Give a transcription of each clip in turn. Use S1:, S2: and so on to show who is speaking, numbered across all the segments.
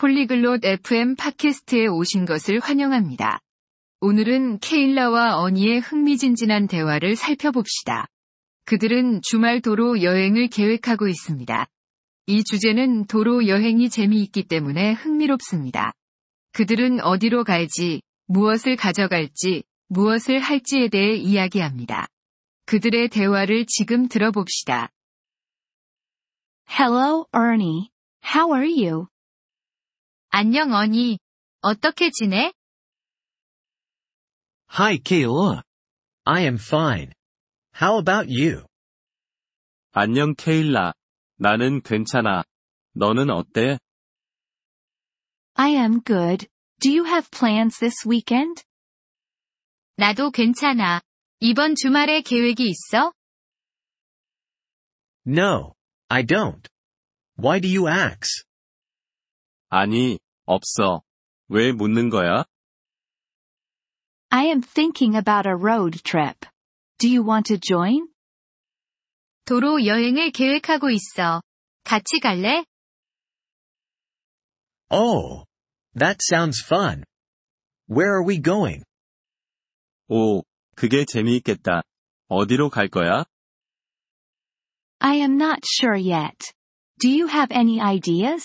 S1: 폴리글롯 FM 팟캐스트에 오신 것을 환영합니다. 오늘은 케일라와 어니의 흥미진진한 대화를 살펴봅시다. 그들은 주말 도로 여행을 계획하고 있습니다. 이 주제는 도로 여행이 재미있기 때문에 흥미롭습니다. 그들은 어디로 갈지, 무엇을 가져갈지, 무엇을 할지에 대해 이야기합니다. 그들의 대화를 지금 들어봅시다.
S2: Hello, Ernie. How are you?
S1: 안녕 어니. 어떻게 지내?
S3: Hi Kayla. I am fine. How about you?
S4: 안녕 케일라. 나는 괜찮아. 너는 어때?
S2: I am good. Do you have plans this weekend?
S1: 나도 괜찮아. 이번 주말에 계획이 있어?
S3: No, I don't. Why do you ask?
S4: 아니, 없어. 왜 묻는 거야?
S2: I am thinking about a road trip. Do you want to join?
S1: 도로 여행을 계획하고 있어. 같이 갈래?
S3: Oh, that sounds fun. Where are we going?
S4: 오, 그게 재미있겠다. 어디로 갈 거야?
S2: I am not sure yet. Do you have any ideas?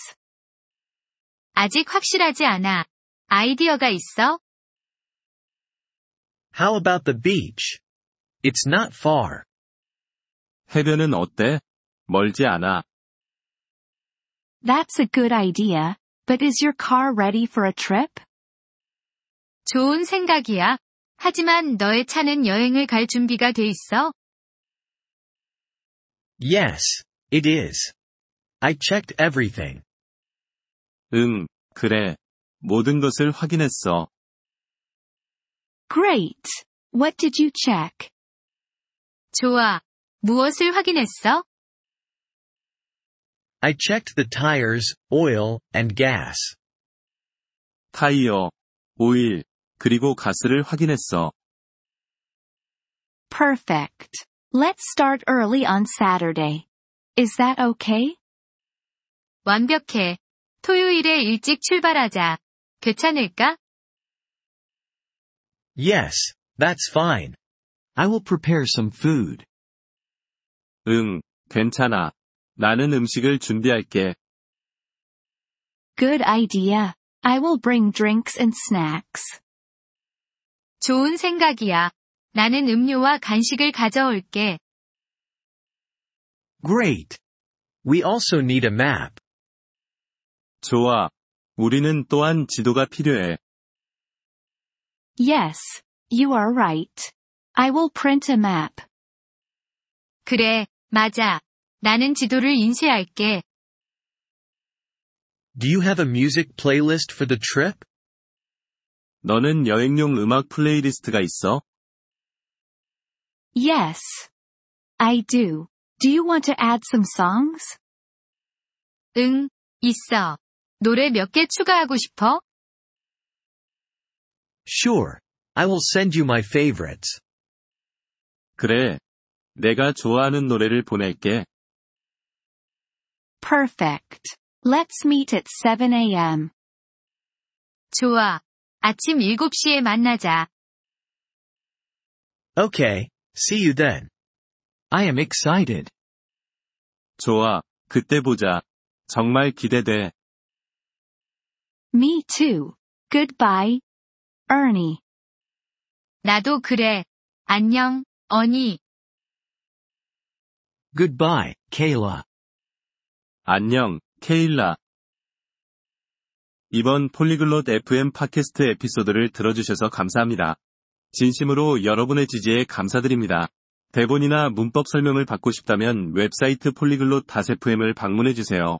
S1: 아직 확실하지 않아. 아이디어가 있어?
S3: How about the beach? It's not far.
S4: 해변은 어때? 멀지 않아.
S2: That's a good idea, but is your car ready for a trip?
S1: 좋은 생각이야. 하지만 너의 차는 여행을 갈 준비가 돼 있어?
S3: Yes, it is. I checked everything.
S4: 응, 그래. 모든 것을 확인했어.
S2: Great. What did you check?
S1: 좋아. 무엇을 확인했어?
S3: I checked the tires, oil, and gas.
S4: 타이어, 오일, 그리고 가스를 확인했어.
S2: Perfect. Let's start early on Saturday. Is that okay?
S1: 완벽해. 토요일에 일찍 출발하자. 괜찮을까?
S3: Yes, that's fine. I will prepare some food.
S4: 응, 괜찮아. 나는 음식을 준비할게.
S2: Good idea. I will bring drinks and snacks.
S1: 좋은 생각이야. 나는 음료와 간식을 가져올게.
S3: Great. We also need a map.
S4: 좋아. 우리는 또한 지도가 필요해.
S2: Yes, you are right. I will print a map.
S1: 그래, 맞아. 나는 지도를 인쇄할게.
S3: Do you have a music playlist for the trip?
S4: 너는 여행용 음악 플레이리스트가 있어?
S2: Yes. I do. Do you want to add some songs?
S1: 응, 있어. 노래 몇 개 추가하고 싶어?
S3: Sure. I will send you my favorites.
S4: 그래. 내가 좋아하는 노래를 보낼게.
S2: Perfect. Let's meet at 7 a.m.
S1: 좋아. 아침 7시에 만나자.
S3: Okay, see you then. I am excited.
S4: 좋아. 그때 보자. 정말 기대돼.
S2: Me too. Goodbye. Ernie.
S1: 나도 그래. 안녕, 어니.
S3: Goodbye, Kayla.
S4: 안녕, 케일라. 이번 폴리글롯 FM 팟캐스트 에피소드를 들어주셔서 감사합니다. 진심으로 여러분의 지지에 감사드립니다. 대본이나 문법 설명을 받고 싶다면 웹사이트 폴리글롯 FM을 방문해주세요.